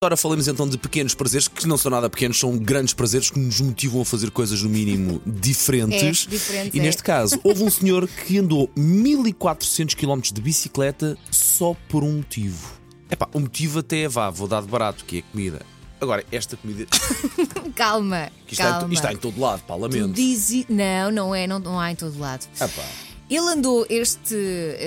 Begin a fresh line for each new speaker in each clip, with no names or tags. Agora falemos então de pequenos prazeres, que não são nada pequenos, são grandes prazeres que nos motivam a fazer coisas, no mínimo, diferentes.
É, diferentes,
e
é.
neste caso, houve um senhor que andou 1400 km de bicicleta só por um motivo. Epá, o motivo até é vá, vou dar de barato, que é comida. Agora, esta comida.
Calma,
Que é está, em,
calma.
to- está em todo lado, pá, lamento.
Dizi- Não, não é, não, não há em todo lado.
Epá,
Ele andou este,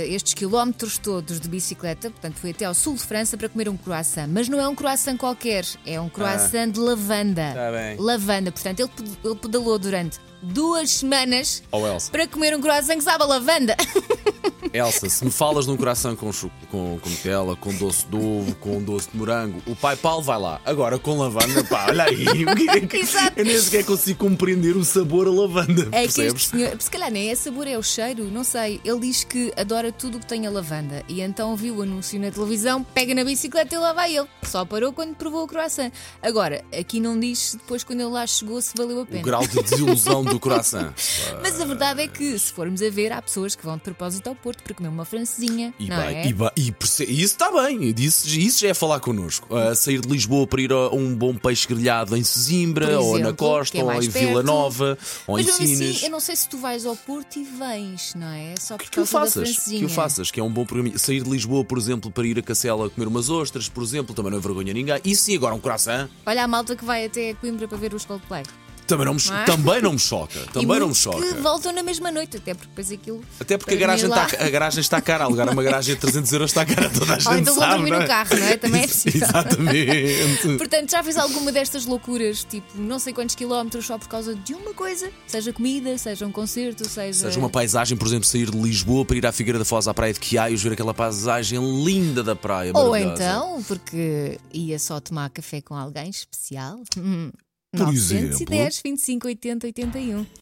estes quilómetros todos de bicicleta, portanto foi até ao sul de França para comer um croissant. Mas não é um croissant qualquer, é um croissant de lavanda.
Ah. Tá bem.
Lavanda, portanto ele, ped- ele pedalou durante duas semanas
Oh, Elsa.
para comer um croissant que sabe a lavanda.
Elsa, se me falas de um coração com, chu- com, com Nutella, com doce de ovo, com um doce de morango, o pai Paulo vai lá. Agora com lavanda, pá, olha aí. o que é que-
Exato.
Eu nem sequer consigo compreender o sabor a lavanda,
É que este
percebes?
senhor, se calhar nem é sabor, é o cheiro, não sei. Ele diz que adora tudo o que tem a lavanda e então viu o anúncio na televisão, pega na bicicleta e lá vai ele. Só parou quando provou o croissant. Agora, aqui não diz se depois quando ele lá chegou se valeu a
O
pena.
grau de desilusão do coração.
Mas a verdade é que, se formos a ver, há pessoas que vão de propósito ao Porto para comer uma francesinha,
E,
não
bem,
é?
e, bem, e perce- isso está bem, isso, isso já é falar connosco. Ah, sair de Lisboa para ir a um bom peixe grelhado em Sesimbra,
Por
ou na
exemplo,
Costa,
que é
ou
mais
em
perto.
Vila Nova, ou
Mas
em
mesmo
Sines.
assim, eu não sei se tu vais ao Porto e vens, não é? Só por
que o
causa da
faças,
francesinha.
que o faças, que é um bom programa. Sair de Lisboa, por exemplo, para ir a Cacela comer umas ostras, por exemplo, também não envergonha ninguém. E sim, agora um coração,
Olha a malta que vai até Coimbra para ver os Coldplay.
também não me,
Não é?
também não me choca.
e
Também não me
muitos
choca.
que voltam na mesma noite, até porque depois aquilo.
Até porque a
para
garagem, tá-
dormir lá.
está, a garagem está cara. Alugar uma garagem de 300 euros está cara. Toda a gente
Ou então vão
sabe,
dormir
não é?
no carro, não é? Também é
Ex-
possível.
Exatamente.
Portanto, já fez alguma destas loucuras, tipo não sei quantos quilómetros só por causa de uma coisa? Seja comida, seja um concerto, seja.
Seja uma paisagem, por exemplo, sair de Lisboa para ir à Figueira da Foz, à praia de Quiaios, ver aquela paisagem linda da praia.
Ou
maravilhosa.
então, porque ia só tomar café com alguém especial. Hum,
Por exemplo.
910, 25, 80, 81.